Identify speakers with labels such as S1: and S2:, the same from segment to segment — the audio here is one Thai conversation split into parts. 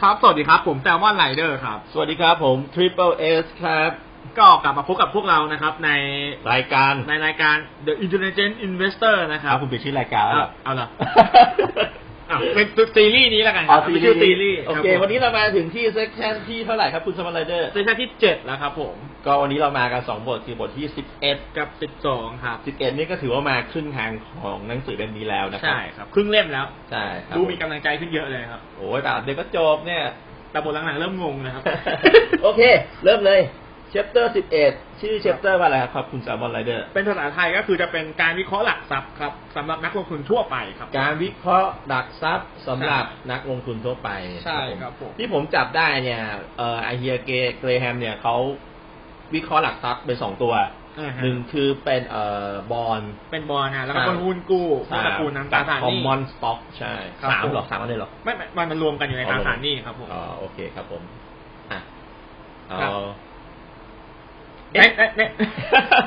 S1: ครับ สวัสดีครับ ผมแซลมอนไรเดอร์ครับ
S2: สวัสดีครับผม Triple S ครับ
S1: ก็กลับมาพบกับพวกเรานะครับ ใน
S2: รายการ
S1: ในรายการ The Intelligent Investor นะค
S2: ค
S1: รั
S2: รับบ คุณเปลี่ยนชื่อรายการแล้ว
S1: เอา
S2: เหรอ
S1: เอาละ อ่ะเป็นซีรีส์นี้แล้วกันค
S2: อ๋
S1: รั
S2: อบ
S1: เป็นชื่อซีรีส์
S2: โอ
S1: รับ
S2: เค
S1: ผม
S2: วันนี้เรามาถึงที่เซกชันที่เท่าไหร่ครับคุณสมาร์ทไรเดอร์
S1: เซสชั่นที่เจ็ดแล้วครับผม
S2: ก็วันนี้เรามากันสองบทคือบทที่สิบเอ็ด
S1: กับสิบสองครับ
S2: สิบเอ็ดนี่ก็ถือว่ามาครึ่งทางของหนังสือเล่มนี้แล้วนะครั
S1: ใช่ครับ ครึ่งเล่มแล้ว
S2: ใช่ครับ
S1: ดูมีกำลังใจขึ้นเยอะเลยครับ
S2: โอ้ยแต่เดี๋ยวก็จบ เนี่ย
S1: แต่บทหลังๆเริ่มงงนะครับ
S2: โอเค เริ่มเลย chapter สิบเอ็ดชื่อ chapter ว่าอะไรครับคุณสมาร์ทไรเดอร์
S1: เป็นภาษาไทยก็คือจะเป็นการวิเคราะห์หลักทรัพย์ครับสำหรับนักลงทุนทั่วไปครับ
S2: การวิเคราะห์ดักทรัพย์สำหรับนักลงทุนทั่วไป
S1: ใช่ครับผม
S2: ที่ผมจับได้เนี่ยเอ่อไอเฮียเกเกรแฮมเนี่ยเขาวิเคราะห์หลักทรัพย์เป็นสองตัว
S1: อ่าฮะ
S2: หนึ่งคือเป็นเอ่อบอล
S1: เป็นบอลนะแล้วก็บอลหุ้นกู้หุ้นตระกูลน้ำตาลสาร
S2: คอ
S1: ห
S2: ม
S1: นี้
S2: มอนสต็อกใช่
S1: ครับ
S2: สาม
S1: ผม
S2: เหรอสามอันเลยเหรอ
S1: ไม่ไม่มันมันรวมกันอยู่ในตราสารหนี้ครับผม
S2: อ๋อโอเคครับผมอ่ะเอา
S1: ครับ ใน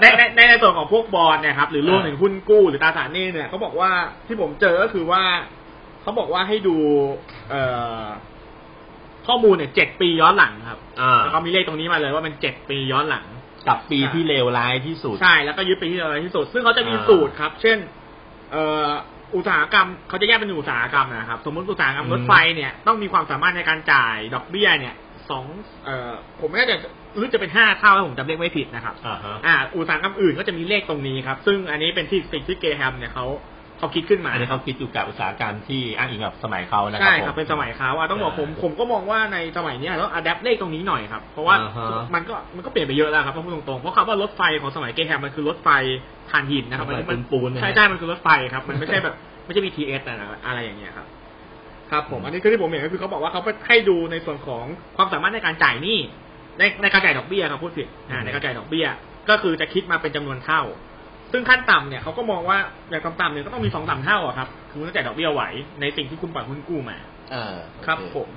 S1: ในในในในในในส่วนของพวกบอลเนี่ยครับหรือรวมถึงหุ้นกู้หรือตราสารหนี้เนี่ยเขาบอกว่าที่ผมเจอก็คือว่าเขาบอกว่าให้ดูเอ่อข้อมูลเนี่ยเจ็ดปีย้อนหลังครับ
S2: อ่า
S1: แล้วเขามีเลขตรงนี้มาเลยว่าเป็นเจ็ดปีย้อนหลัง
S2: กับปีที่เลวร้ายที่สุด
S1: ใช่แล้วก็ยึดไปที่อะไรที่สุด ซึ่งเขาจะมี
S2: อ่า
S1: สูตรครับ เช่น เอ่ออุตสาหกรรมเขาจะแยกเป็นอุตสาหกรรมนะครับ สมมติอุตสาหกรรม
S2: อืม
S1: รถไฟเนี่ยต้องมีความสามารถในการจ่ายดอกเบี้ยเนี่ยสองเอ่อผมไม่แน่ใจรู้จะเป็นห้าเท่าถ้าผมจำเลขไม่ผิดนะครับ
S2: อ่าฮะ
S1: อ่าอุตสาหกรรมอื่นก็จะมีเลขตรงนี้ครับ ซึ่งอันนี้เป็นที่สิ่งที่เกรแฮมเนี่ยเขาเขาคิดขึ้นมา
S2: อันนี้เขาคิดอยู่กับอุตสาหกรรมที่อ้างอิงกับสมัยเขานะครั
S1: ใช่
S2: ผ
S1: ครับเป็นสมัยเขาอ่ะต้องบอกผม
S2: อ่า
S1: ผมก็มองว่าในสมัยเนี้ยต้องอัดแอปเลขตรงนี้หน่อยครับเพราะว่า
S2: อ่าฮะ
S1: มันก็มันก็เปลี่ยนไปเยอะแล้วครับต้องพูดตรงๆเพราะคำว่ารถไฟของสมัยเกรแฮมมันคือรถไฟถ่านหินนะครับ
S2: สมัย
S1: มั
S2: ปูนๆนะฮะ
S1: ใช่ใช่มันคือรถไฟครับ มันไม่ใช่แบบ ไม่ใช่ BTS อะนะอะไรอย่างเงี้ยครับ ครับผม อันนี้คือที่ผมเห็นก็คือเขาบอกว่าเขาให้ดูในส่วนของความสามารถในการจ่ายหนี้ในในการจ่ายดอกเบี้ยครับพูดผิดอ่าในการจ่ายดอกเบี้ย ก็คือจะคิดมาเป็นจำนวนเท่า ซึ่งขั้นต่ำเนี่ยเขาก็มองว่าอย่างต่ำๆเนี่ยก็ต้องมีสองสามเท่าอะครับคือคุณต้องจ่ายดอกเบี้ยไหวในสิ่งที่คุณปล่อยหุ้นกู้มา
S2: อ่า
S1: ครับ
S2: โอเ
S1: ผม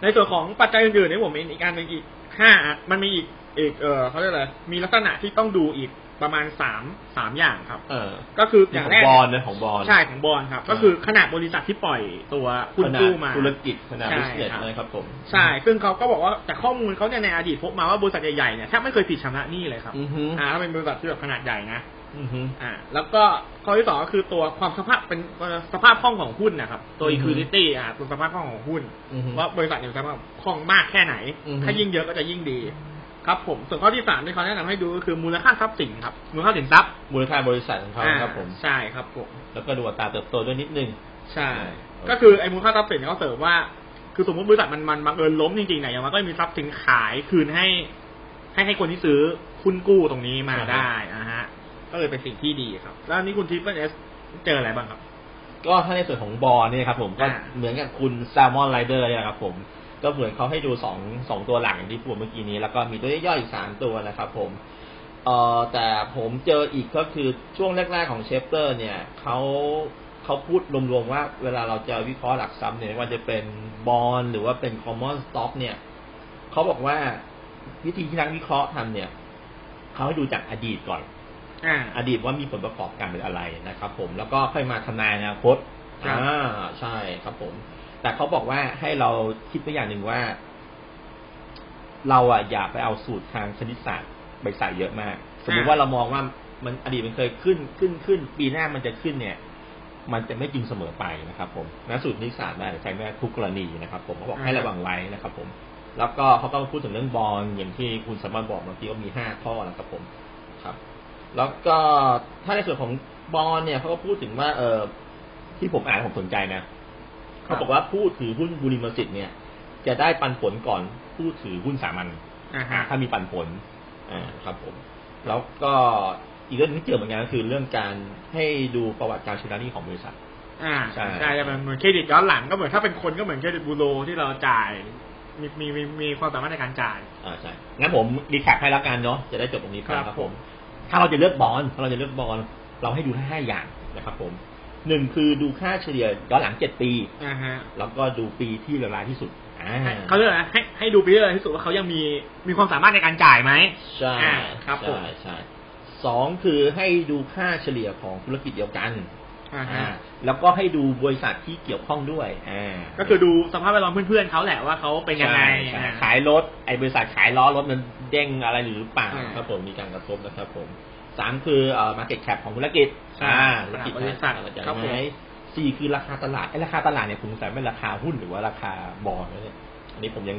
S1: ในส่วนของปัจจัยอื่นๆเนี่ยผมเองอีกอันหนึ่งอีกห้าอันมันมีอีกอีกเออเขาเรียกอะไรมีลักษณะที่ต้องดูอีกประมาณสามสามอย่างครับ
S2: เออ
S1: ก็คืออ
S2: ขอย่าง ง
S1: แรก
S2: บอลนะของบอล
S1: ใช่ของบอลครับ ก็คือขนาดบริษัทที่ปล่อยตัวคุณ
S2: ขนด
S1: กู้มา
S2: ธุรกิจขนาด
S1: ใช่
S2: บิส
S1: ค
S2: เนส
S1: รับ
S2: นะครับผม
S1: ใช่ ซึ่งเขาก็บอกว่าแต่ข้อมูลเขาเนี่ยในอดีตพบมาว่าบริษัทใหญ่ๆเนี่ยแทบไม่เคยผิดชำระหนี้เลยครับ
S2: อือฮึ
S1: อ่าถ้าเป็นบริษัทที่แบบขนาดใหญ่นะ
S2: อือฮึ
S1: อ่า แล้วก็ข้อที่สองก็คือตัวความสภาพเป็นสภาพคล่องของหุ้นนะครับ ตัว
S2: อือฮึ
S1: liquidity อ่าตัวสภาพคล่องของหุ้น
S2: อือฮึ
S1: ว่าบริษัทเนี่ยสภาพคล่องมากแค่ไหน
S2: อือฮึ
S1: ถ้ายิ่งเยอะก็จะยิ่งดี ครับ ผมส่วนข้อที่สามที่เขาแนะนำให้ดูก็คือมูลค่าทรัพย์สินครับมูลค่าสินทรัพย์
S2: มูลค่าบริษัทของเขานะครับผม
S1: อ่าใช่ครับผม
S2: แล้วก็ดูอัตราเติบโตด้วยนิดนึง
S1: ใช่
S2: โอเค
S1: ก็คือไอ้มูลค่าทรัพย์สินเนี่ยเขาเสริมว่า คือสมมติบริษัทมันมันบังเอิญล้มจริงๆเนี่ยอย่างมันก็มีทรัพย์สินขายคืนให้ ให้ให้คนที่ซื้อคุณกู้ตรงนี้มาได้นะฮะ ก็เลยเป็นสิ่งที่ดีครับ แล้วอันนี้คุณทิปเปิลเอสเจออะไรบ้างครับ
S2: ก็ถ้าในส่วนของบอลเนี่ยครับผมก็
S1: อ่า
S2: เหมือนกับคุณแซลมอนไรเดอร์เนี่ยครับผม ก็เหมือนเขาให้ดูสองสองตัวหลังอย่างที่พูดเมื่อกี้นี้ แล้วก็มีตัวย่อยๆอีกสามตัวนะครับผมเอ่อแต่ผมเจออีกก็คือช่วงแรกๆของเชฟเตอร์ เนี่ยเขาเขาพูดรวมๆว่าเวลาเราจะวิเคราะห์หลักทรัพย์เนี่ยไม่ว่าจะเป็นบอลหรือว่าเป็นคอมมอนสต็อกเนี่ยเขาบอกว่าวิธีที่นักวิเคราะห์ทำเนี่ยเขาให้ดูจากอดีตก่อน
S1: อ่า
S2: อดีตว่ามีผลประกอบการเป็นอะไรนะครับ ผมแล้วก็ค่อยมาทำนายอนาคต
S1: ครับ
S2: อ่าใช่ครับผม แต่เขาบอกว่าให้เราคิดไปอย่างหนึ่งว่า เราอ่ะอย่าไปเอาสูตรทางคณิตศาสตร์ไปใส่เยอะมาก สมมติว่าเรามองว่ามันอดีตมันเคยขึ้นขึ้นขึ้น ปีหน้ามันจะขึ้นเนี่ย มันจะไม่จริงเสมอไปนะครับ ผมนะสูตรคณิตศาสตร์มันอาจจะใช้ไม่ได้ทุกกรณีนะครับ ผมเขาบอกให้ระวังไว้นะครับ ผม แล้วก็เขาก็พูดถึงเรื่องบอลอย่างที่คุณสามารถบอกเมื่อกี้ก็มีห้าข้อนะครับผมครับ แล้วก็ถ้าในส่วนของบอลเนี่ยเขาก็พูดถึงว่า เออที่ผมอ่านผมสนใจนะเขาบอกว่าผู้ถือหุ้นบุริมสิทธิ์เนี่ย จะได้ปันผลก่อนผู้ถือหุ้นสามัญ
S1: อ่า
S2: อ่า
S1: ฮะ
S2: ถ้ามีปันผลอ่าครับผม แล้วก็อีกเรื่องที่เจอเหมือนกันก็คือเรื่องการให้ดูประวัติการชำระหนี้ของบริษัท
S1: อ่า
S2: ใช่
S1: ใช่ใช่จะเป็นเหมือนเครดิตย้อนหลังก็เหมือนถ้าเป็นคนก็เหมือนเครดิตบูโรที่เราจ่าย มีมีมีมีความสามารถในการจ่าย
S2: อ่าใช่ งั้นผมรีแคปให้แล้วกันเนาะ จะได้จบตรงนี้ไป
S1: ครับ
S2: ครับผม ถ้าเราจะเลือกบอล ถ้าเราจะเลือกบอล เราให้ดูแค่ห้าอย่างนะครับผม หนึ่งคือดูค่าเฉลี่ยย้อนหลังเจ็ดปี
S1: อ่าฮะ
S2: แล้วก็ดูปีที่เลวร้ายที่สุด อ่า
S1: ให้เขาเรียกอะไรให้ให้ดูไปเรื่อยๆที่สุดว่าเขายังมีมีความสามารถในการจ่ายไหม
S2: ใช่
S1: อ่าครับผม
S2: ใช่ใช่สองคือให้ดูค่าเฉลี่ยของธุรกิจเดียวกัน
S1: อ่าฮะ
S2: อ่าแล้วก็ให้ดูบริษัทที่เกี่ยวข้องด้วยอ่า
S1: ก็คือดูสภาพแวดล้อมเพื่อนๆเขาแหละว่าเขาเป็นยังไง
S2: ใช่
S1: อ่า
S2: ขายรถไอ้บริษัทขายล้อรถมันเด้งอะไรหรือเปล่า
S1: อ่า
S2: ครับผมมีการกระทบนะครับผมสามคือเอ่อ market cap ของธุรกิจ
S1: ใช่
S2: อ่า
S1: ขนาด
S2: ธุรกิจ
S1: บริษัท
S2: อะไรอย่าง
S1: ครับผม
S2: ไรสี่คือราคาตลาดไอ้ราคาตลาดเนี่ยคุณสงสัยเป็นราคาหุ้นหรือว่าราคาบอลเนี่ยอันนี้ผมยัง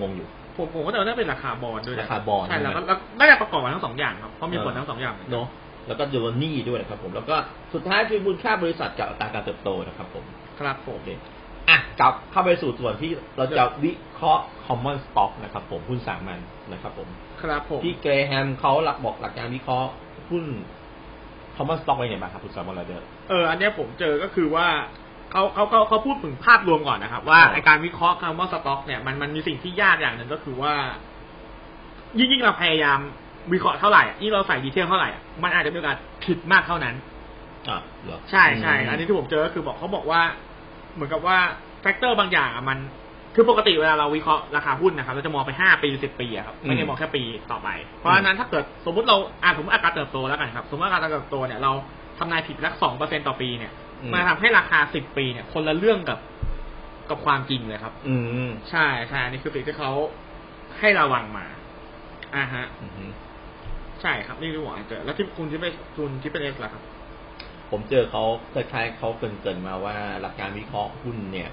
S2: งงๆอยู่
S1: ผมผมก็แต่ว่าน่าเป็นราคาบอลด้วยนะ
S2: ราคาบอล
S1: ใช่แล้วก็แล้วน่าจะประกอบกันทั้งสองอย่างครับเพราะมีผลทั้งสองอย่าง
S2: เนาะแล้วก็ดูหนี้ด้วยนะครับผมแล้วก็สุดท้ายคือมูลค่าบริษัทกับอัตราการเติบโตนะครับผม
S1: ครับผม
S2: โอเคอ่ะกลับเข้าไปสู่ส่วนที่เราจะวิเคราะห์ common stock นะครับผมหุ้นสามัญนะครับผม
S1: ครับผม
S2: ที่เกรแฮมเขาหลักบอกหลักการวิเคราะห์หุ้น common stock ไว้ไงบ้างครับคุณสามอลเดอร์
S1: เออ อันเนี้ยผมเจอก็คือว่าเขาเขาเขาเขาพูดถึงภาพรวมก่อนนะครับ ว่า
S2: ครับ
S1: ไอการวิเคราะห์คำว่าสต็อกเนี่ยมันมันมีสิ่งที่ยากอย่างหนึ่งก็คือว่า ยิ่งยิ่งเราพยายามวิเคราะห์เท่าไหร่อะยิ่งเราใส่ดีเทลเท่าไหร่อะมันอาจจะมีโอกาสผิดมากเท่านั้น
S2: ่ะเหรอ
S1: ใช่ใช่
S2: ม
S1: อันนี้ที่ผมเจอก็คือบอกเขาบอกว่า เหมือนกับว่าแฟกเตอร์บางอย่างอะมัน คือปกติเวลาเราวิเคราะห์ราคาหุ้นนะครับเราจะมองไปห้าปีสิบปีอะครับไม่ได้มองแค่ปีต่อไป เพราะฉะนั้นถ้าเกิดสมมติเราอ่าผมติอัตราเติบโตแล้วกันครับ สมมติว่าอัตราเติบโตเนี่ยเราทำนายผิดสักสองเปอร์เซ็นต่อปีเนี่ย มันทำให้ราคาสิบปีเนี่ย คนละเรื่องกับกับความจริงเลยครับ
S2: อืม
S1: ใช่ใช่อันนี่คือสิ่งที่เขาให้ระวังมาอ่าฮะ
S2: อืม
S1: ใช่ครับนี่ที่ผมอ่านเจอแล้วที่คุณที่ไปคุณที่เป็นเอสล่ะครับ
S2: ผมเจอเขาคล้ายๆเขาเกรินๆมาว่าหลักการวิเคราะห์หุ้นเนี่ย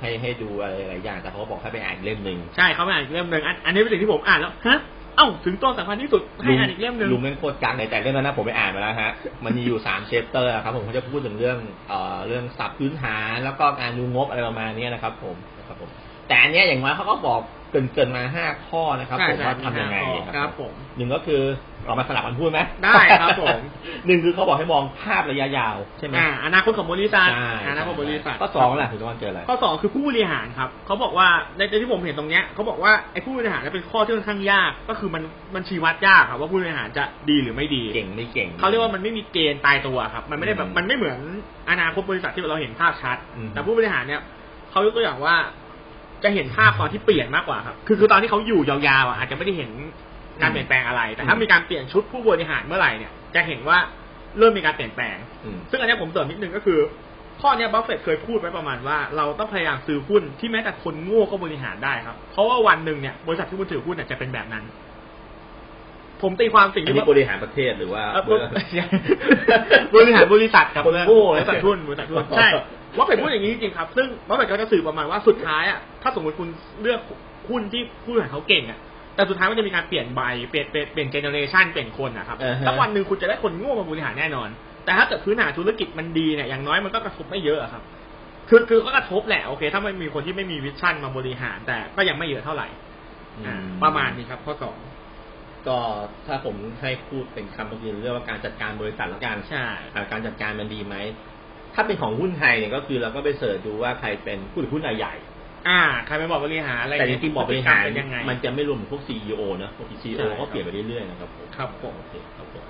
S2: ให้ให้ดูอะไรหลายอย่าง แต่เขาก็บอกให้ไปอ่านอีกเล่มหนึ่ง
S1: ใช่เขาไม่อ่านอีกเล่มหนึ่งอันอันนี้เป็นสิ่งที่ผมอ่านแล้วฮะเอ้าถึงตอนสำคัญที่สุดให้อ่านอีกเล่มหนึ่ง
S2: ลุงแม่งโคตรกลางเลยแต่เรื่องนั้นนะผมไปอ่านมาแล้วฮะ มันมีอยู่สามเชปเตอร์ครับผมเขาจะพูดถึงเรื่องเอ่อเรื่องสับพื้นฐานแล้วก็การดูงบอะไรประมาณเนี้ยนะครับ ผมนะครับผม แต่อันเนี้ยอย่างน้อยเขาก็บอกเกรินๆมาห้าข้อนะครับ
S1: ใช่
S2: ผม
S1: ใช่
S2: ว่าทำยังไง
S1: มีห้าข้อค
S2: ครั
S1: รับ บผม
S2: หนึ่งก็คือเรามาสลับกันพูดไหม
S1: ได้ครับผม
S2: หนึ่งคือเขาบอกให้มองภาพระยะยาวใช่ไหม
S1: อ่าอนาคตของบริษัท
S2: ใช่
S1: อนาคตบริษัท
S2: ข้อสองแหละคุณตะวันเจออะไร
S1: ข้อสองคือผู้บริหารครับเขาบอกว่าในในที่ผมเห็นตรงเนี้ยเขาบอกว่าไอ้ผู้บริหารเนี่ยเป็นข้อที่ค่อนข้างยาก ก็คือมันมันชี้วัดยากครับว่าผู้บริหารจะดีหรือไม่ดี
S2: เก่งไม่เก่ง
S1: เขาเรียกว่ามันไม่มีเกณฑ์ตายตัวครับมันไม่ได้แบบ
S2: อืม
S1: มันไม่เหมือนอนาคตบริษัทที่เราเห็นภาพชัด
S2: อืม
S1: แต่ผู้บริหารเนี่ยเขายกตัวอย่างว่าจะเห็นภาพตอนที่เปลี่ยนมากกว่าครับคือคือตอนที่เขาอยู่ยาวๆอ่ะอาจจะไม่ได้เห็น การเปลี่ยนแปลงอะไร แต่ถ้า
S2: อืม
S1: มีการเปลี่ยนชุดผู้บริหารเมื่อไหร่เนี่ย จะเห็นว่าเริ่มมีการเปลี่ยนแปลง
S2: อืม
S1: ซึ่งอันเนี้ยผมเสริมนิดนึงก็คือ ข้อเนี้ยบัฟเฟตต์เคยพูดไว้ประมาณว่าเราต้องพยายามซื้อหุ้นที่แม้แต่คนโง่ก็บริหารได้ครับ เพราะว่าวันหนึ่งเนี่ยบริษัทที่คุณถือหุ้นเนี่ยจะเป็นแบบนั้น ผมตีความสิ่ง
S2: อัน
S1: ที่
S2: นี้
S1: ว่า
S2: บริหารประเทศหรือว่า
S1: เอ่อบริ บริหารบริษัทครับ
S2: คนโง่
S1: บริษัทหุ้นบริษัทหุ้นใช่ว่าเป็นพูดอย่างนี้จริงๆครับ ซึ่งว่าเป็นก็จะสื่อประมาณว่าสุดท้ายอ่ะถ้าสมมติคุณเลือกหุ้นที่ผู้บริหารเขาเก่งอ่ะแต่สุดท้ายมันจะมีการเปลี่ยนใบเปลี่ยนเปลี่ยนเปลี่ยนเจเนอเรชันเปลี่ยนคนนะครับ
S2: อ่าฮะ
S1: สักวันหนึ่งคุณจะได้คนโง่มาบริหารแน่นอน แต่ถ้าเกิดพื้นฐานธุรกิจมันดีเนี่ยอย่างน้อยมันก็กระทบไม่เยอะอะครับ คือคือก็กระทบแหละโอเค ถ้ามันมีคนที่ไม่มีวิชั่นมาบริหาร แต่ก็ยังไม่เยอะเท่าไหร่
S2: อื
S1: อ่าประมาณนี้ครับ ข้อสอง
S2: ก็ถ้าผมให้พูดเป็นคำก็คือเรื่องว่าการจัดการบริษัทแล้วกัน
S1: ใช่
S2: อ่าการจัดการมันดีไหม ถ้าเป็นของหุ้นไทยเนี่ยก็คือเราก็ไปเสิร์ชดูว่าใครเป็นผู้ถือหุ้นรายใหญ่
S1: อ่าใครไม่บอกบริหารอะไร
S2: แต่จริงๆบอกบริหาร
S1: พฤติกมเป็นยังไง
S2: มันจะไม่รวมพวกซีอีโอนะพวกซีอี
S1: ใช่ค
S2: โอ
S1: รับ
S2: ก็เปลี่ยนไปเรื่อยๆนะครับผม
S1: ครับผม
S2: โอเคครับผม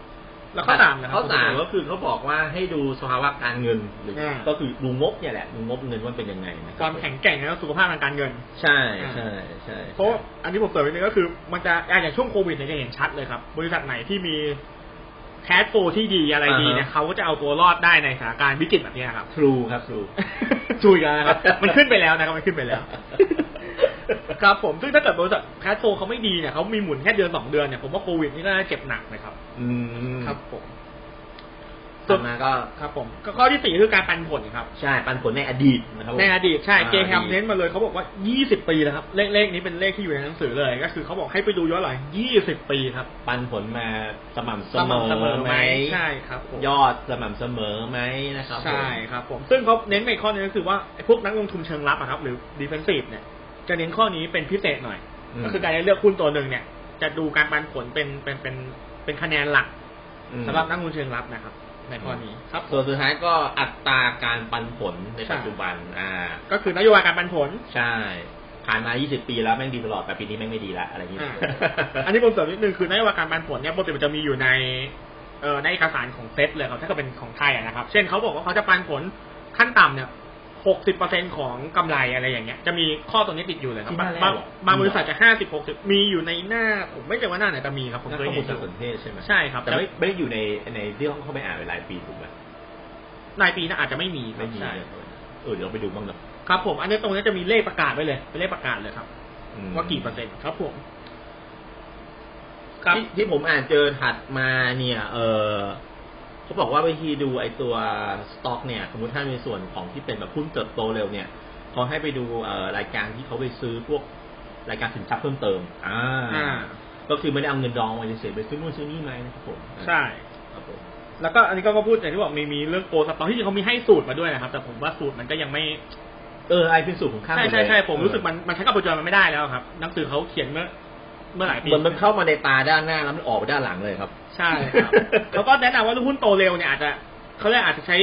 S1: แล้วข้อสามนะครับ
S2: ข้อสามก็คือเขาบอกว่าให้ดูสภาวะการเงินหรืออา ก็คือดูงบเนี่ยแหละดูงบเงินว่าเป็นยังไงนะรับ
S1: ความแข็งแกร่งแล้วสุขภาพทางการเงิน
S2: ใช่ใช่ใช่
S1: เพราะอันนี้ผมเสริมนิดนึงก็คือ มันจะอ่ะอย่างช่วงโควิดเนี่ยจะเห็นชัดเลยครับ บริษัทไหนที่มีแคสโฟที่ดีอะไรดีเนี่ยเขาก็จะเอาตัวรอดได้ในสถานการณ์วิกฤตแบบเนี้ยครับ
S2: ทรูครับทรู
S1: ช่วยกันนะครับ มันขึ้นไปแล้วนะครับ มันขึ้นไป แล้ว ครับผม ซึ่งถ้าเกิดบริษัทแคสโฟเขาไม่ดีเนี่ยเขามีหมุนแค่เดือนสองเดือนเนี่ย ผมว่าโควิดนี่น่าจะเจ็บหนักนะครับ
S2: อืม
S1: ครับผม
S2: ต่อมาก็
S1: ครับผมก็ข้อที่สี่คือการปันผลครับ
S2: ใช่ปันผลในอดีตนะครับผม
S1: ในอดีตใช่
S2: อ่า
S1: เจแฮม
S2: ดี
S1: เน้นมาเลยเขาบอกว่า 20 ปีนะครับ เลขเลขนี้เป็นเลขที่อยู่ในหนังสือเลย ก็คือเขาบอกให้ไปดูย้อนหลัง 20 ปีครับ
S2: ปันผลมาสม่ำเสมอ
S1: ำเสมอ
S2: ไหม
S1: ใช่ครับผม
S2: ยอดสม่ำเสมอไหมนะครับผม
S1: ใช่ครับผม ซึ่งเขาเน้นไปข้อนึงก็คือว่าไอ้พวกนักลงทุนเชิงรับอะครับ หรือ defensive เนี่ย จะเน้นข้อนี้เป็นพิเศษหน่อย
S2: ม
S1: ก็คือการเลือกหุ้นตัวหนึ่งเนี่ย จะดูการปันผลเป็นเป็นเป็นเป็นคะแนนหลัก
S2: อืม
S1: สำหรับนักลงทุนเชิงรับนะครับ ในข้อนี้ครับผ
S2: ส่ว
S1: ม
S2: นสุดท้ายก็อัตราการปันผลใน
S1: ใช่
S2: ปัจจุบัน อ่า
S1: ก็คือนโยบายการปันผล
S2: ใช่ ผ่านมา 20 ปีแล้วแม่งดีตลอด แต่ปีนี้แม่งไม่ดีละอะไรอย่างนี้
S1: อ่า อันนี้ผมเสริมนิดนึงคือนโยบายการปันผลเนี่ยปกติมันจะมีอยู่ในเอ่อในเอกสารของเซตเลยครับถ้าเกิดเป็นของไทยอะนะครับ เช่นเขาบอกว่าเขาจะปันผลขั้นต่ำเนี่ยหกสิบเปอร์เซ็นของกำไรอะไรอย่างเงี้ยจะมีข้อตรงนี้ติดอยู่เลยครับ
S2: ที่หน้าแรก
S1: บาง
S2: เหรอ
S1: บางบริษัทจะห้าสิบหกสิบมีอยู่ในหน้าผมไม่เจอว่าหน้าไหนแต่มีครับผม
S2: นั่น
S1: เคย
S2: ข้อมู
S1: เห็
S2: ล
S1: นอ
S2: สา
S1: ยู่
S2: รสนเทศใช่ไหม
S1: ใช่ครับ
S2: แต่
S1: แต่
S2: ไม่ไม่ได้อยู่ในในที่เขาเข้าไปอ่านไปหลายปีถูกไหม
S1: รายปีหน่าอาจจะไม่มีครับ
S2: ไม่มี
S1: ใช่
S2: เลยเออเดี๋ยวเราไปดูบ้างเนอะ
S1: ครับผม อันนี้ตรงนี้จะมีเลขประกาศไว้เลย เป็นเลขประกาศเลยครับ
S2: อืม
S1: ว่ากี่เปอร์เซ็นต์ครับผม ครับ
S2: ที่ที่ผมอ่านเจอถัดมาเนี่ย เออเขาบอกว่าวิธีดูไอตัวสต็อก เนี่ยสมมติถ้าในส่วนของที่เป็นแบบหุ้นเติบโตเร็วเนี่ยเขาให้ไปดูเอ่อรายการที่เขาไปซื้อพวกรายการสินทรัพย์เพิ่มเติม อ่า
S1: อ่า
S2: ก็คือไม่ได้เอาเงินดองมาเฉยๆไปซื้อนู่นซื้อนี่ไหมนะครับผม
S1: ใช่
S2: ครับผม
S1: แล้วก็อันนี้ก็พูดอย่างที่บอกมีมีเรื่องโกสตอที่จริงเขามีให้สูตรมาด้วยนะครับ แต่ผมว่าสูตรมันก็ยังไม่
S2: เออไอเป็นสูตรของข้าม
S1: ใช่ใช่ใช่ผม
S2: เออ
S1: รู้สึกมันมันใช้กับปัจจุบันมันไม่ได้แล้วครับ หนังสือเขาเขียนเมื่อ เมื่อหลายปี
S2: เหมือนมันเข้ามาในตาด้านหน้าแล้วมันออกไปด้านหลังเลยครับ
S1: ใช่ครับ เขาก็แนะนำว่าหุ้นโตเร็วเนี่ยอาจจะเขาเรียกอาจจะใช้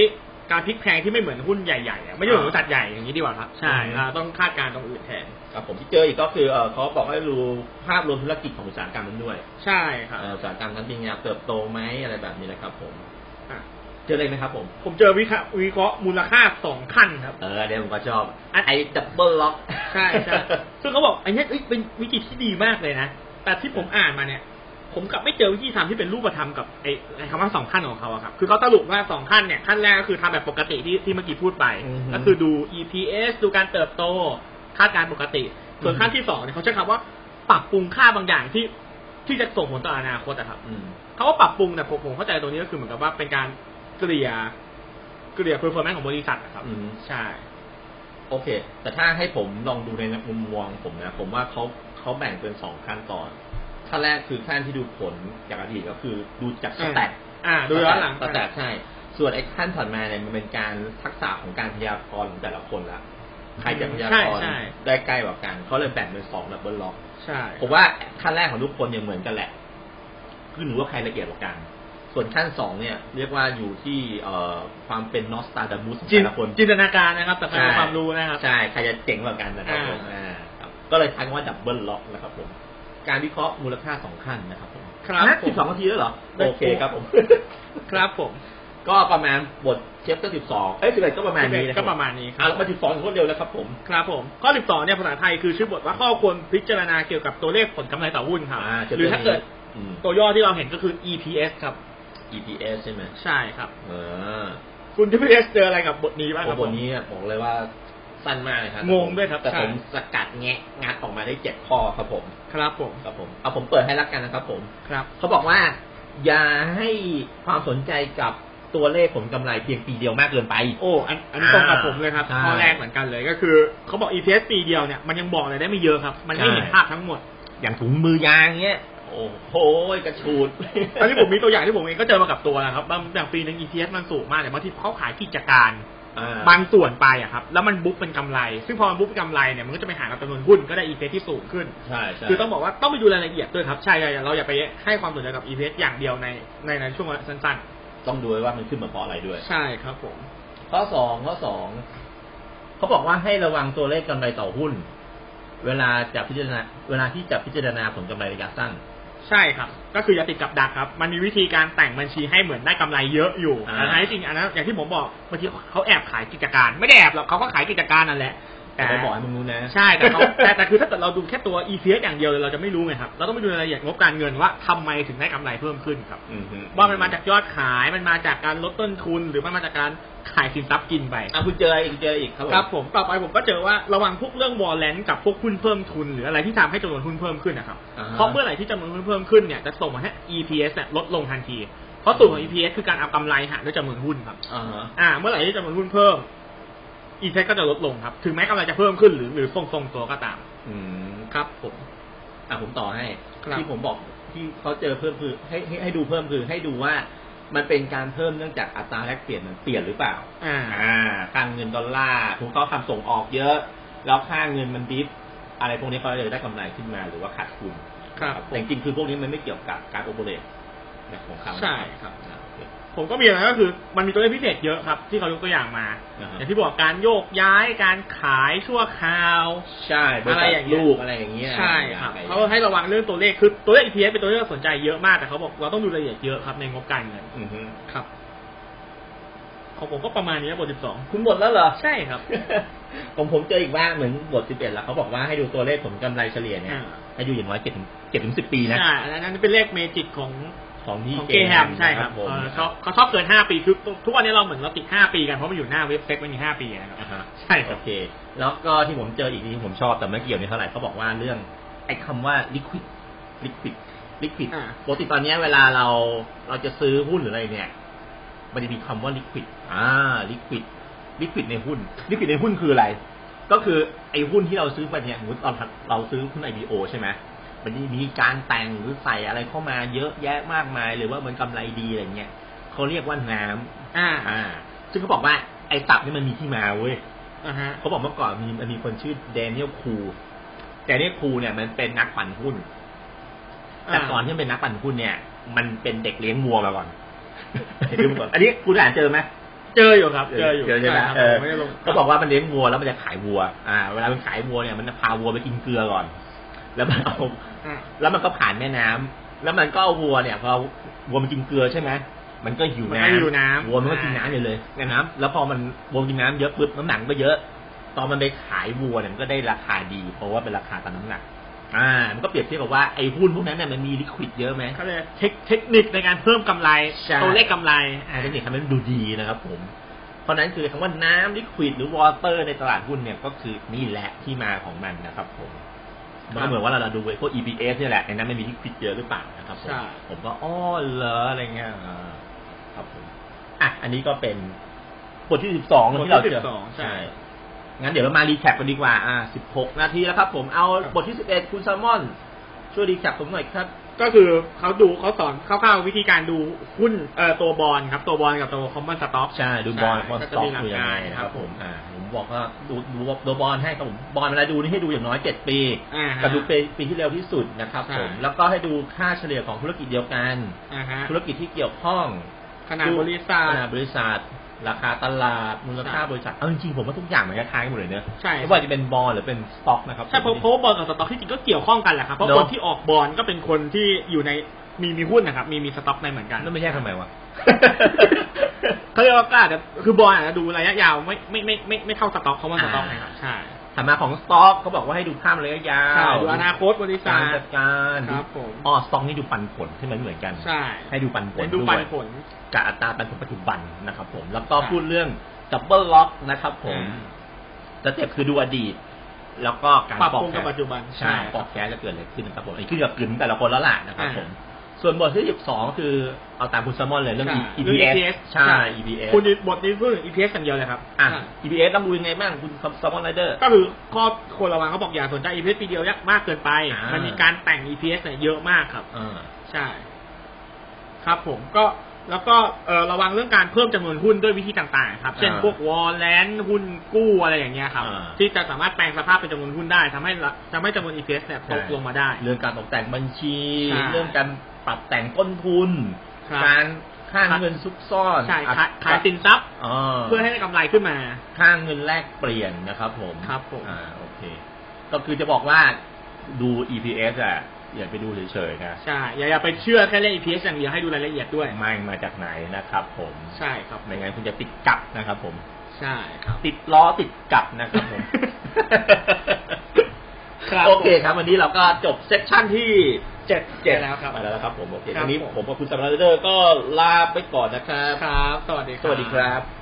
S1: การพลิกแพลงที่ไม่เหมือนหุ้นใหญ่ๆอะไม่ใช่เหมือนบริษัทใหญ่อย่างนี้ดีกว่าครับใช่
S2: อืม
S1: เราต้องคาดการณ์ตรงอื่นแทน
S2: ครับผมที่เจออีกก็คือเอ่อเขาบอกให้รู้ภาพรวมธุรกิจของอุตสาหกรรมนั้นด้วย
S1: ใช่ครับ
S2: เอ่ออุตสาหกรรมนั้นมีแนวเติบโตไหมอะไรแบบนี้นะครับ ผม
S1: อ่ะ
S2: เจอเลยนะครับผม
S1: ผมเจอวิเคราะห์วิเคราะห์มูลค่าสองขั้นครับ
S2: เออเดี๋ยวผมก็ชอบ
S1: อัน
S2: ไอ้ดับเบิลล็อก
S1: ใช่ใช่ ซึ่งเขาบอกอันเนี้ยเอ้ยเป็นวิธีที่ดีมากเลยนะ แต่ที่ผมอ่านมาเนี่ย ผมกลับไม่เจอวิธีทำที่เป็นรูปธรรมกับไอ้ไอ้คำว่าสองขั้นของเขาอะครับ คือเขาสรุปว่าสองขั้นเนี่ย ขั้นแรกก็คือทำแบบปกติที่ที่เมื่อกี้พูดไป ก็คือดู EPS ดูการเติบโต คาดการณ์ปกติ ส่วนขั้นที่สองเนี่ยเขาใช้คำว่าปรับปรุงค่าบางอย่างที่ที่จะส่งผลต่ออนาคตอะครับ
S2: อืม
S1: เขาว่าปรับปรุงแต่ผมผมเข้าใจตรงนี้ก็คือเหมือนกับว่าเป็นการเกลี่ยเกลี่ย performance ของบริษัทอะครับ
S2: อืม
S1: ใช่
S2: โอเค แต่ถ้าให้ผมลองดูในมุมมองผมนะ ผมว่าเขาเขาแบ่งเป็นสองขั้นตอนขั้นแรกคือขั้นที่ดูผลจากอดีตก็คือดูจากสแตท
S1: อ่า ดูย้อนหลัง
S2: แต่แต่ใช่ ส่วนไอ้ขั้นถัดมาเนี่ยมันเป็นการทักษะของการพยากรณ์ของแต่ละคนละใครจะพยากรณ์
S1: ใช่ใช่
S2: ได้ใกล้กว่ากันเขาเลยแบ่งเป็นสองดับเบิลล็อก
S1: ใช่
S2: ผมว่าขั้นแรกของทุกคนเนี่ยเหมือนกันแหละขึ้นอยู่ว่าใครละเอียดกว่ากัน ส่วนขั้นสองเนี่ย เรียกว่าอยู่ที่เอ่อความเป็นนอสตาดามุสของ
S1: จิน
S2: แต่ละคน
S1: จินตนาการนะครับแต่
S2: ใช่
S1: ความรู้นะครับ
S2: ใช่ ใครจะเจ๋งกว่ากันนะครับผมอ่าครับก็เลยทักว่าดับเบิลล็อกนะครับผม การวิเคราะห์มูลค่าสองขั้นนะครับผม
S1: ครับ
S2: นะ
S1: ผม
S2: สิบสองนาทีแล้วเหรอโอเคครับผม
S1: ครับผม
S2: ก็ประมาณบทเชฟก็สิบสองเอ้ยสิบเอ็ดก็ประมาณนี้นะค
S1: ก็
S2: บ
S1: ประมาณนี้ค
S2: อ่ะ
S1: รับ
S2: เรามาสิบสองคนเร็วแล้วครับผม
S1: ครับผม ข้อ 12 เนี่ยภาษาไทยคือชื่อบทว่าข้อควรพิจารณาเกี่ยวกับตัวเลขผลกำไรต่อหุ้นครับ
S2: อ่าจะ
S1: หรือถ้าเกิด
S2: อืม
S1: ตัวย่อที่เราเห็นก็คือ EPS ครับ
S2: EPS ใช่ไหม
S1: ใช่ครับ
S2: เออ
S1: คุณ EPS เจออะไรกับบทนี้บ้างค
S2: โอ้
S1: รับ
S2: โหบท
S1: ผม
S2: นี้บอกเลยว่าสั้นมากเลยครับ
S1: งงด้วยครับ
S2: แต่
S1: ใช่
S2: ผมสกัดแงะงัดออกมาได้เจ็ดข้อครับผม
S1: ครับผม
S2: ครับผม เอาผมเปิดให้ละกันนะครับผม
S1: ครับ
S2: เขาบอกว่า อย่าให้ความสนใจกับตัวเลขผลกำไรเพียงปีเดียวมากเกินไป
S1: โอ้ อันอันนี้ตรงกับผมเลยครับ
S2: ใช่
S1: ข้อแรกเหมือนกันเลยก็คือ เขาบอก EPS ปีเดียวเนี่ยมันยังบอกอะไรได้ไม่เยอะครับ มันไม่เห็น
S2: ใช่
S1: ภาพทั้งหมด
S2: อย่างถุงมือยางเงี้ย โอ้โหกระชูด
S1: อันนี้ผมมีตัวอย่างที่ผมเองก็เจอมากับตัวนะครับบางอย่างปีหนึง EPS มันสูงมากแต่บางทีเขาขายกิจการ
S2: อ่
S1: บางส่วนไปอะครับ แล้วมันบุ๊กเป็นกำไร ซึ่งพอมันบุ๊กเป็นกำไรเนี่ยมันก็จะไปหารกับจำนวนหุ้นก็ได้ EPS ที่สูงขึ้น
S2: ใช่ใช่
S1: คือต้องบอกว่าต้องไปดูรายละเอียดด้วยครับ ใช่ใช่เราอย่าไปให้ความสนใจกับ EPS อย่างเดียวในในในช่วงเวลาสั้น
S2: ต้องดูว่ามันขึ้นมาเพราะอะไรด้วย
S1: ๆ ใช่ครับผม
S2: ข้อสองข้อสองเขาบอกว่าให้ระวังตัวเลขกำไรต่อหุ้น เวลาจะพิจารณาเวลาที่จะพิจารณาผลกำไรระยะสั้น
S1: ใช่ครับ ก็คืออย่าติดกับดักครับ มันมีวิธีการแต่งบัญชีให้เหมือนได้กำไรเยอะอยู่
S2: อ่า
S1: แต่ท้ายจริงอันนั้นอย่างที่ผมบอกบางทีเขาแอบขายกิจการ ไม่ได้แอบหรอกเขาก็ขายกิจการนั่นแหละ
S2: แต่ไม่บอกให้มึงรู้นะ
S1: ใช่แต่ เขาแต่แต่คือถ้าเกิดเราดูแค่ตัว EPS อย่างเดียวเลยเราจะไม่รู้ไงครับเราต้องไปดูรายละเอียดงบการเงินว่าทำไมถึงได้กำไรเพิ่มขึ้นครับ
S2: อือฮึ
S1: ว่ามันมาจากยอดขายมันมาจากการลดต้นทุน หรือมันมาจากการขายสินทรัพย์กินไป
S2: อ่ะคุณเจออีกเจออีกครับผม
S1: ครับผมต่อไปผมก็เจอว่าระวังพวกเรื่องวอลเลนกับพวกหุ้นเพิ่มทุน หรืออะไรที่ทำให้จำนวนหุ้นเพิ่มขึ้นนะครับ
S2: าฮ
S1: เพราะเมื่อไหร่ที่จำนวนหุ้นเพิ่มขึ้นเนี่ยจะส่งผลให้ EPS เนี่ยลดลงทันทีเพราะสูตรของ EPS คือการเอากำไรหารด้วยจำนวนหุ้นครับ
S2: อ่าฮะ
S1: อ่า เมื่อไหร่ที่จำนวนหุ้นเพิ่ม EPS ก็จะลดลงครับถึงแม้กำไรจะเพิ่มขึ้นหรือหรือทรงๆตัวก็ตาม
S2: อืม
S1: ครับผม
S2: อ่ะผมต่อให้
S1: ครับ
S2: ที่ผมบอกที่เขาเจอเพิ่มคือให้ให้ให้ดูเพิ่มคือให้ดูว่ามันเป็นการเพิ่มเนื่องจากอัตราแลกเปลี่ยนมันเปลี่ยนหรือเปล่า
S1: อ่า
S2: อ่าค่าเงินดอลลาร์ถูกเขาทำส่งออกเยอะ แล้วค่าเงินมันดิฟ อะไรพวกนี้เขาเลยได้กำไรขึ้นมาหรือว่าขาดทุน
S1: ครับ
S2: แต่จริงๆคือพวกนี้มันไม่เกี่ยวกับการโอเปเรตนะของเขา
S1: ใช่
S2: ครับอ่าโอเค
S1: ผมก็มีอะไรก็คือมันมีตัวเลขพิเศษเยอะครับ ที่เขายกตัวอย่างมา
S2: อ่าฮะ
S1: อย่างที่บอกการโยกย้ายการขายชั่วคราว
S2: ใช่บ
S1: อะไร
S2: ษัท
S1: อย่างเงี้ย
S2: ลูกอะไรอย่างเงี้ย
S1: ใช่ครับ
S2: อะไรอย่งงี้ย
S1: เขาให้ระวังเรื่องตัวเลขคือตัวเลข EPS เป็นตัวเลขที่น่าสนใจเยอะมากแต่เขาบอกเราต้องดูรายละเอียดเยอะครับในงบการเงิน
S2: อือฮึ
S1: ครับของผมก็ประมาณนี้ครับบทสิบสอง
S2: คุณหมดแล้วเหรอ
S1: ใช่ครับ
S2: ผมผมเจออีกบ้างเหมือนบทสิบเอ็ดแล้วเขาบอกว่าให้ดูตัวเลขผลกำไรเฉลี่ยเนี่ย
S1: อ่า
S2: ให้ดูอย่างน้อยเจ็ดถึงเจ็ดถึงสิบปีนะ
S1: ใช่อันนั้นเป็นเลขเมจิกของ
S2: ของที่
S1: ของเกแฮมใช่ครับ
S2: ผม
S1: เออเขาเขาชอบเกินห้าปีคือทุกวันนี้เราเหมือนเราติดห้าปีกันเพราะมันอยู่หน้าเว็บเซ็กมันมีห้าปีนะครับ
S2: อ่าฮะ
S1: ใช่ครั
S2: โอบ เค แล้วก็ที่ผมเจออีกที่ผมชอบแต่ไม่เกี่ยวในเท่าไหร่เขาบอกว่าเรื่องไอ้คำว่า liquid liquid liquid
S1: อ่า
S2: ปกติตอนเนี้ยเวลาเราเราจะซื้อหุ้นหรืออะไรเนี่ย มันจะมีคำว่า liquid อ่า liquid liquid ในหุ้น liquid ในหุ้นคืออะไร ก็คือไอ้หุ้นที่เราซื้อไปเนี่ยสมมติเราเราซื้อหุ้น IPO ใช่ไหมมันจะมีการแต่งหรือใส่อะไรเข้ามาเยอะแยะมากมายหรือว่ามันกำไรดีอะไรเงี้ยเขาเรียกว่าน้ำ
S1: อ่า
S2: อ่า ซึ่งเขาบอกว่าไอ้ศัพท์นี่มันมีที่มาเว้ย
S1: อ่าฮะ
S2: เขาบอกเมื่อก่อนมีมันมีคนชื่อแดเนียลคูแดเนียลคูเนี่ยมันเป็นนักปั่นหุ้น แต่ก่อนที่มันเป็นนักปั่นหุ้นเนี่ย มันเป็นเด็กเลี้ยงวัวมา ก่อน เด็กเลี้ยงวัวอันนี้คุณอ่านเจอไหม
S1: เจออยู่ครับ เจออยู่
S2: เจอใช่ไหม
S1: ครับ
S2: เอ
S1: ผ
S2: อ
S1: มไม่ได้ลง
S2: เขาบอกว่ามันเลี้ยงวัวแล้วมันจะขายวัว อ่า เวลามันขายวัวเนี่ยมันจะพาวัวไปกินเกลือก่อน แล้วมันเอา
S1: อ่ะ
S2: แล้วมันก็ผ่านแม่น้ำแล้วมันก็เอาวัวเนี่ยพอวัวมันกินเกลือใช่ไหมมันก็หิว
S1: มันก็
S2: น้ำ
S1: หิวน้ำ
S2: วัวมันก็กินน้ำอยู่เลยในน้ำแล้วพอมันวัวกินน้ำเยอะปุ๊บน้ำหนักมันก็เยอะ ตอนมันไปขายวัวเนี่ยมันก็ได้ราคาดี เพราะว่าเป็นราคาตามน้ำหนัก อ่า มันก็เปรียบเทียบกับว่าไอ้หุ้นพวกนั้นเนี่ยมันมีลิควิดเยอะไหม
S1: เขาเลยกเทคเทคนิคในการเพิ่มกำไร
S2: ใช่
S1: ตัวเลขกำไร
S2: อ่าเทคนิคทำให้มันดูดีนะครับผม เพราะฉะนั้นคือคำว่าน้ำลิควิดหรือวอเตอร์ในตลาดหุ้นเนี่ยก็คือนี่แหละที่มาของมันนะครับผมมันก็เหมือนว่าเราดูไอ้พวก EPS เนี่ยแหละในนั้นมันมีลิควิดเยอะหรือเปล่านะครับผม
S1: ใช่
S2: ผมก็อ้อเหรออะไรเงี้ยอ่าครับผมอ่ะอันนี้ก็เป็นบทที่สิบสองที่เราเจอ
S1: ใช่
S2: งั้นเดี๋ยวเรามารีแคปกันดีกว่า อ่าสิบหกนาทีแล้วครับผมเอาบทที่สิบเอ็ดคุณแซลมอน ช่วยรีแคปผมหน่อยครับ
S1: ก็คือเขาดูเขาสอนคร่าวๆวิธีการดูหุ้นเอ่อตัวบอลครับ ตัวบอลกับตัวคอมมอนสต็อก
S2: ใช่ดูบอลบอล
S1: ก็
S2: ส
S1: จะ
S2: ต็อ
S1: มี
S2: กคือยังไง
S1: หลักการ
S2: นะ
S1: ค
S2: ค
S1: รั
S2: รับบ ผ
S1: ผม ม
S2: อ่าผมบอกว่าดูดูดูบอลให้ครับผมบอลเวลาดูนี่ให้ดูอย่างน้อยเจ็ดปี
S1: อ่าฮะ
S2: ก็ดูปีปีที่เร็วที่สุดนะครับ
S1: ใช่
S2: ผมแล้วก็ให้ดูค่าเฉลี่ยของธุรกิจเดียวกัน
S1: อ่าฮะ
S2: ธุรกิจที่เกี่ยวข้อง
S1: ขนาดบริษั
S2: ข
S1: ท
S2: นาดบริษัท ราคาตลาดมูลค่า
S1: ใช่
S2: บริษัทเอาจริงๆผมว่าทุกอย่างมันคล้ายๆกันหมดเลยเนอะ
S1: ใช่
S2: ไม่ว่าจะเป็นบอลหรือเป็นสต็อกนะครับ
S1: ใช่เพ
S2: ผ
S1: ราะ
S2: ม
S1: เพราะว่าบอลกับสต็อกที่จริงก็เกี่ยวข้องกันแหละครับ เพราะ
S2: เนอะ
S1: คนที่ออกบอลก็เป็นคนที่อยู่ในมีมีหุ้นนะครับ มีมีสต็อกในเหมือนกัน
S2: นั่นไม่ใช่ทำไมวะ
S1: เขาเรียกว่าก็อาจจะคือบอลอาจจะดูระยะยาวไม่ไม่ไม่ไม่ไม่เท่าสต็อกเขาว่าสต็อก
S2: อ่า
S1: นะครับ ใช่
S2: ถัดมาของสต็อกเขาบอกว่าให้ดูข้ามระยะยา
S1: ใช่
S2: ว
S1: ดูอนาคตบริษั
S2: กา
S1: ท
S2: รจัดการ
S1: ครับผม
S2: อ๋อสต็อกนี่ดูปันผลใช่ไหมเหมือนกัน
S1: ใช่
S2: ให้ดูปันผล
S1: ให้ดูปัน
S2: วย
S1: ผล
S2: กับอัตราปันผลปัจจุบันนะครับผม แล้วก็
S1: ครับ
S2: พูดเรื่อง double lock นะครับผม
S1: อ่า
S2: สเต็ปคือดูอดีต แล้วก็การ
S1: ปรับปรุง
S2: แค
S1: กับปัจจุบัน
S2: ใช่
S1: ใช่ครับ
S2: ปอกแคสจะเกิดอะไรขึ้นนะครับผมอันนี้ขึ้นกับกลืนแต่ละคนแล้วล่ะนะครับ
S1: อ่า
S2: ผม ส่วนบทที่ 12 คือเอาตามคุณแซมมอนเลยเรื่อง
S1: ใช่
S2: E-
S1: เรื่อง
S2: EPS ใช่ EPS
S1: คุณบทนี้พูดถึง EPS อย่างเดียวเลยครับ
S2: อ่ะ
S1: อ่ะ
S2: EPS ต้องดูยังไงบ้างคุณแซมมอนไรเดอร์
S1: ก็คือข้อควรระวังเขาบอกอย่าสนใจ EPS ปีเดียวยักมากเกินไป
S2: อ่ามั
S1: มันมีการแต่ง EPS เนี่ยเยอะมากครับ
S2: อ่า
S1: ใช่ ครับผมก็แล้วก็เอ่อระวังเรื่องการเพิ่มจำนวนหุ้นด้วยวิธีต่างๆ ครับ เช่น
S2: อ่า
S1: พวกวอลเลนหุ้นกู้อะไรอย่างเงี้ยครับ
S2: อ่า
S1: ที่จะสามารถแปลงสภาพเป็นจำนวนหุ้นได้ทำให้ละทำให้จำนวน EPS เนี่ยตกลงมาได้
S2: เรื่องการตกแต่งบัญชี
S1: ใช่
S2: เรื่องการปรับแต่งต้นทุน
S1: ครับ
S2: การค่า
S1: ครับ
S2: เงินซุกซ่อน
S1: ใช่
S2: อ่ะ
S1: ขายขายสินทรัพย์
S2: อ่า
S1: เพื่อให้ได้กำไรขึ้นมา
S2: ค่าเงินแลกเปลี่ยนนะครับผม
S1: ครับผม
S2: อ่าโอเค ก็คือจะบอกว่าดู EPS อ่ะอย่าไปดูเฉยๆนะ
S1: ใช่อย่าอย่าไปเชื่อแค่เรื่อง EPS อย่างเดียวให้ดูรายละเอียดด้วย
S2: มันมาจากไหนนะครับผม
S1: ใช่ครับ
S2: ไม่งั้นคุณจะติดกับนะครับผม
S1: ใช่ครับ
S2: ติดล้อติดกับนะครับผม
S1: ครับ
S2: โอเคครับ วันนี้เราก็จบเซสชั่นที่
S1: เจ็ด
S2: เจ็ด
S1: แล้วครับ
S2: มาแล้วครับผมโอเค
S1: ครับ
S2: วันนี้
S1: ผม
S2: ผมกับคุณสัมราเดอร์ก็ลาไปก่อนนะครับ
S1: ครับ สวัสดีครับ
S2: สวัสดีครับ